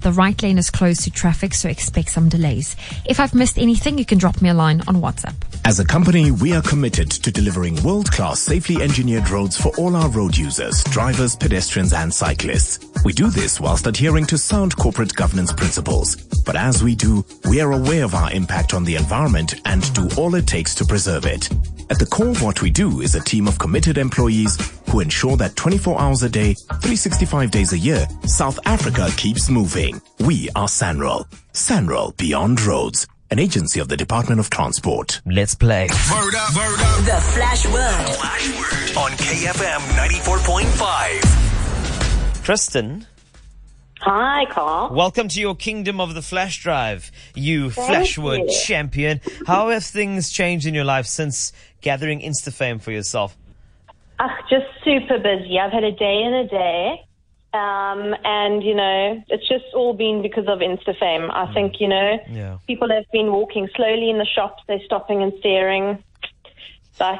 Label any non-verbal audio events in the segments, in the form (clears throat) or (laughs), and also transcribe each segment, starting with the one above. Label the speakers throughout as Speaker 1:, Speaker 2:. Speaker 1: The right lane is closed to traffic, so expect some delays. If I've missed anything, you can drop me a line on WhatsApp.
Speaker 2: As a company, we are committed to delivering world class, safely engineered roads for all our road users, drivers, pedestrians, and cyclists. We do this whilst adhering to sound corporate governance principles. But as we do, we are aware of our impact on the environment and do all it takes to preserve it. At the core of what we do is a team of committed employees who ensure that 24 hours a day, 365 days a year, South Africa keeps moving. We are Sanral. Sanral Beyond Roads, an agency of the Department of Transport.
Speaker 3: Let's play.
Speaker 4: Word up, word up.
Speaker 5: The Flash World.
Speaker 6: Flash word on KFM 94.5.
Speaker 3: Kristen,
Speaker 7: Hi, Carl.
Speaker 3: welcome to your kingdom of the flash drive, you Flashwood
Speaker 7: you.
Speaker 3: champion. How have things changed in your life since gathering Insta fame for yourself?
Speaker 7: Ugh, just super busy. I've had a day and a day. Um, and, you know, it's just all been because of Insta fame. I think, you know,
Speaker 3: Yeah.
Speaker 7: people have been walking slowly in the shops, they're stopping and staring. But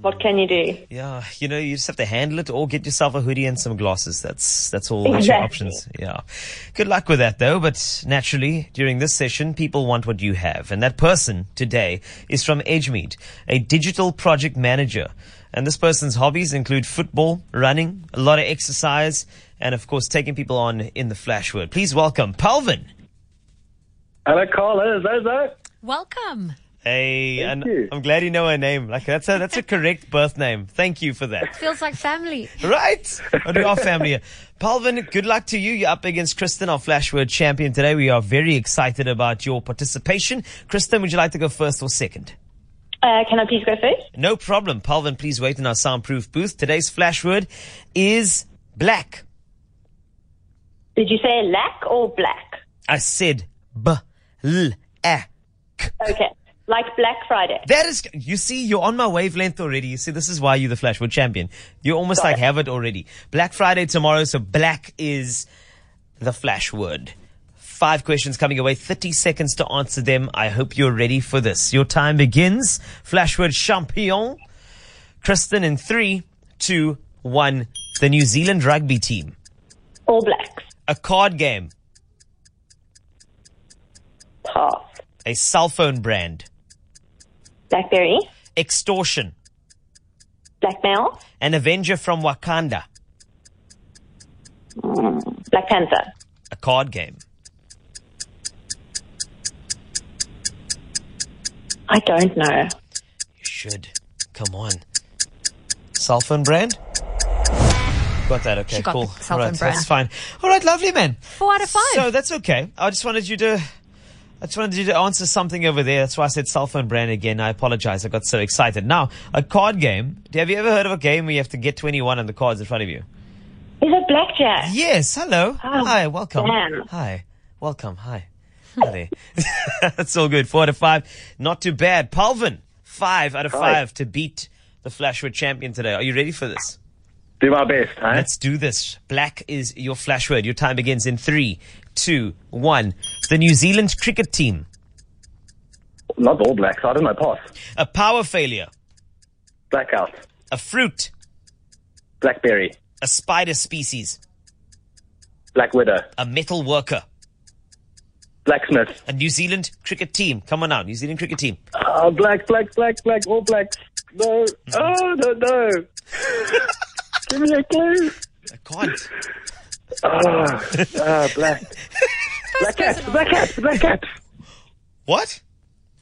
Speaker 7: what can you do?
Speaker 3: Yeah, you know, you just have to handle it or get yourself a hoodie and some glasses. That's that's all that's your
Speaker 7: Exactly.
Speaker 3: options. Yeah. Good luck with that though, but naturally during this session people want what you have. And that person today is from Edgemead, a digital project manager. And this person's hobbies include football, running, a lot of exercise, and of course taking people on in the flash word. Please welcome Palvin.
Speaker 8: Hello, Carl. Hello, Zozo.
Speaker 1: Welcome.
Speaker 3: Hey, and
Speaker 8: you.
Speaker 3: I'm glad you know her name. Like that's a that's a correct birth name. Thank you for that.
Speaker 1: Feels like family.
Speaker 3: (laughs) Right? And we are family here. Palvin, good luck to you. You're up against Kristen, our Flashword champion today. We are very excited about your participation. Kristen, would you like to go first or second?
Speaker 7: Uh, can I please go first?
Speaker 3: No problem. Palvin, please wait in our soundproof booth. Today's Flashword is black.
Speaker 7: Did you say lack or black?
Speaker 3: I said b l a.
Speaker 7: Okay. Like Black Friday.
Speaker 3: That is, you see, you're on my wavelength already. You see, this is why you're the Flashwood champion. You almost like have it already. Black Friday tomorrow, so black is the Flashwood. Five questions coming away, 30 seconds to answer them. I hope you're ready for this. Your time begins. Flashwood champion. Kristen in three, two, one. The New Zealand rugby team.
Speaker 7: All blacks.
Speaker 3: A card game.
Speaker 7: Pass.
Speaker 3: A cell phone brand.
Speaker 7: Blackberry.
Speaker 3: Extortion.
Speaker 7: Blackmail.
Speaker 3: An Avenger from Wakanda.
Speaker 7: Mm. Black Panther.
Speaker 3: A card game.
Speaker 7: I don't know.
Speaker 3: You should. Come on. Cell phone brand? Got that, okay,
Speaker 1: She got
Speaker 3: cool.
Speaker 1: the cell
Speaker 3: All
Speaker 1: phone
Speaker 3: right,
Speaker 1: brand.
Speaker 3: That's fine. All right, lovely man.
Speaker 1: Four out of five.
Speaker 3: So that's okay. I just wanted you to I just wanted you to answer something over there. That's why I said cell phone brand again. I apologize. I got so excited. Now, a card game. Have you ever heard of a game where you have to get 21 on the cards in front of you?
Speaker 7: Is it blackjack?
Speaker 3: Yes, hello.
Speaker 7: Oh,
Speaker 3: Hi, welcome.
Speaker 7: damn.
Speaker 3: Hi, welcome. Hi. Hi (laughs) there. That's all good. Four out of five. Not too bad. Palvin, five out of five to beat the Flashwood champion today. Are you ready for this?
Speaker 8: Do my best, eh?
Speaker 3: Let's do this. Black is your Flashword. Your time begins in three, two, one. The New Zealand cricket team.
Speaker 8: Not the All Blacks. I don't know. Pass.
Speaker 3: A power failure.
Speaker 8: Blackout.
Speaker 3: A fruit.
Speaker 8: Blackberry.
Speaker 3: A spider species.
Speaker 8: Black Widow.
Speaker 3: A metal worker.
Speaker 8: Blacksmith.
Speaker 3: A New Zealand cricket team. Come on now, New Zealand cricket team.
Speaker 8: Oh, black, black, black, black, All Blacks. No. Oh, no, no. Give me a clue.
Speaker 3: I can't.
Speaker 8: Ah, ah, black. Black cat. Black cat. Black cat.
Speaker 3: What?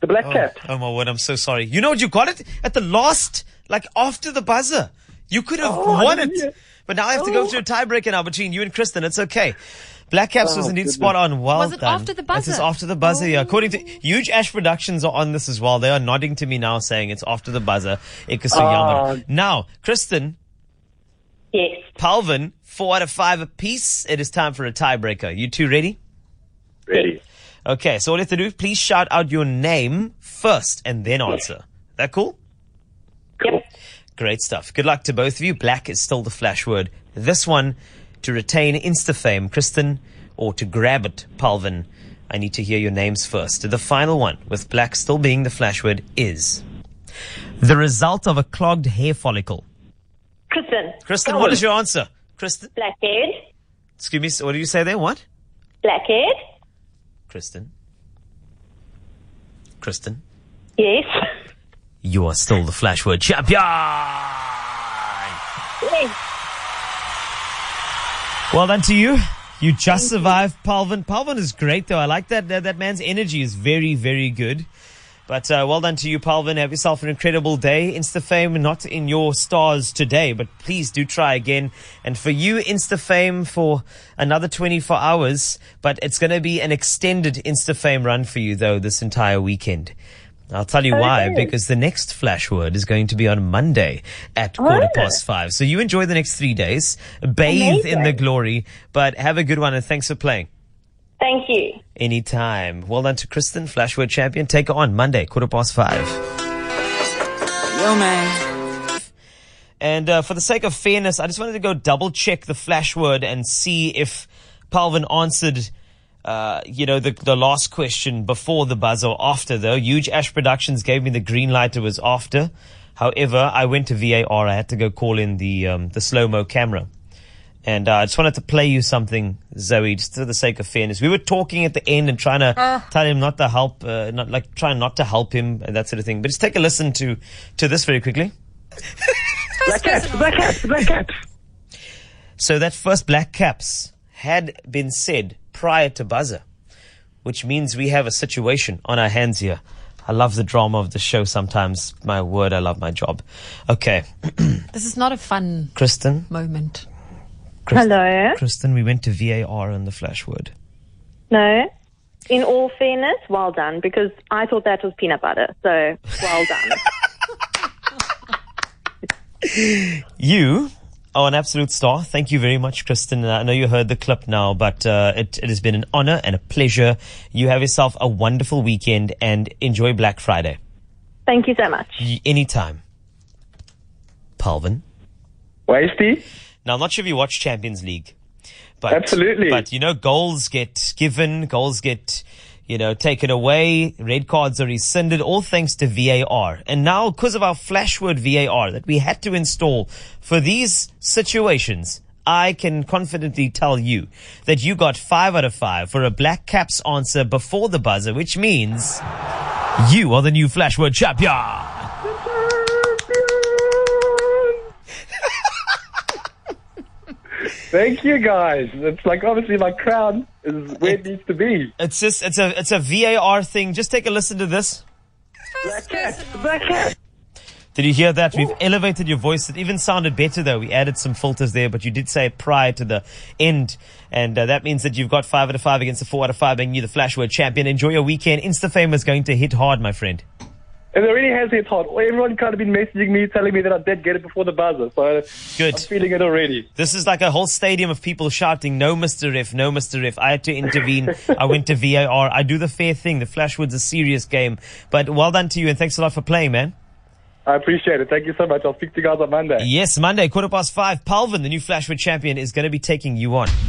Speaker 8: The black cat.
Speaker 3: Oh my word, I'm so sorry. You know what you got it? At the last, like after the buzzer. You could have
Speaker 8: Oh, I
Speaker 3: won it.
Speaker 8: didn't hear- Oh.
Speaker 3: But now I have to go to a tiebreaker now between you and Kristen. It's okay. Black Caps
Speaker 8: Oh,
Speaker 3: was indeed spot on. Well
Speaker 1: Was it
Speaker 3: done.
Speaker 1: after the
Speaker 3: This is
Speaker 1: buzzer? Oh.
Speaker 3: after the buzzer, yeah. According to Huge Ash Productions are on this as well. They are nodding to me now saying it's after the buzzer. Ikasuyama.
Speaker 8: Oh.
Speaker 3: Now, Kristen,
Speaker 7: Yes.
Speaker 3: Palvin, four out of five apiece. It is time for a tiebreaker. You two ready?
Speaker 8: Ready.
Speaker 3: Okay, so all you have to do, please shout out your name first and then answer. That cool?
Speaker 7: Yep.
Speaker 3: Great stuff. Good luck to both of you. Black is still the flash word. This one to retain Insta fame, Kristen, or to grab it, Palvin. I need to hear your names first. The final one, with black still being the flash word, is the result of a clogged hair follicle.
Speaker 7: Kristen.
Speaker 3: Kristen, what is your answer? Kristen,
Speaker 7: Blackbeard.
Speaker 3: excuse me, what do you say there? What?
Speaker 7: Blackhead?
Speaker 3: Kristen. Kristen,
Speaker 7: Yes. (laughs)
Speaker 3: you are still the Flash Word champion.
Speaker 7: yes.
Speaker 3: Well done to you. You just survived Palvin. Palvin is great though. I like that. That, that man's energy is very, very good. But uh, well done to you, Palvin. Have yourself an incredible day. InstaFame not in your stars today, but please do try again. And for you, InstaFame for another 24 hours. But it's going to be an extended InstaFame run for you though this entire weekend. I'll tell you why, because the next flash word is going to be on Monday at quarter past five. So you enjoy the next three days, bathe in the glory, but have a good one and thanks for playing.
Speaker 7: Thank you.
Speaker 3: Anytime. Well done to Kristen, flash word champion. Take her on Monday, quarter past five.
Speaker 4: Yo, man.
Speaker 3: And uh, for the sake of fairness, I just wanted to go double check the flash word and see if Palvin answered, uh, you know, the, the last question before the buzz or after, though. Huge Ash Productions gave me the green light it was after. However, I went to VAR. I had to go call in the, um, the slow mo camera. And uh, I just wanted to play you something, Zoe, just for the sake of fairness. We were talking at the end and trying to tell him not to help, uh, not like trying not to help him and that sort of thing. But just take a listen to to this very quickly. So that first black caps had been said prior to buzzer, which means we have a situation on our hands here. I love the drama of the show sometimes. My word, I love my job. Okay,
Speaker 1: (clears throat) This is not a fun
Speaker 3: Kristen.
Speaker 1: moment.
Speaker 7: Hello?
Speaker 3: Kristen, we went to VAR on the flash word.
Speaker 7: No. In all fairness, well done, because I thought that was peanut butter. So, well done. (laughs)
Speaker 3: You are an absolute star. Thank you very much, Kristen. I know you heard the clip now, but uh, it, it has been an honor and a pleasure. You have yourself a wonderful weekend and enjoy Black Friday.
Speaker 7: Thank you so much.
Speaker 3: Y- Anytime. Palvin.
Speaker 8: Wasty?
Speaker 3: Now, I'm not sure if you watch Champions League, but
Speaker 8: Absolutely.
Speaker 3: But you know, goals get given, goals get you know taken away, red cards are rescinded, all thanks to VAR. And now, because of our flashword VAR that we had to install for these situations. I can confidently tell you that you got five out of five for a black caps answer before the buzzer, which means you are the new flashword champion.
Speaker 8: Thank you, guys. It's like obviously my crown is where it needs to be.
Speaker 3: It's just it's a it's a VAR thing. Just take a listen to this. Did you hear that? We've elevated your voice. It even sounded better though. We added some filters there, but you did say it prior to the end, and uh, that means that you've got five out of five against the four out of five, making you the Flashword champion. Enjoy your weekend. InstaFame is going to hit hard, my friend.
Speaker 8: And it really has hit hard. Everyone kind of been messaging me, telling me that I did get it before the buzzer. So
Speaker 3: Good.
Speaker 8: I'm feeling it already.
Speaker 3: This is like a whole stadium of people shouting, "No, Mister Ref! No, Mister Ref!" I had to intervene. I went to VAR. I do the fair thing. The Flashwood's a serious game, but well done to you, and thanks a lot for playing, man.
Speaker 8: I appreciate it. Thank you so much. I'll speak to you guys on Monday.
Speaker 3: Yes, Monday, quarter past five. Palvin, the new Flashwood champion, is going to be taking you on.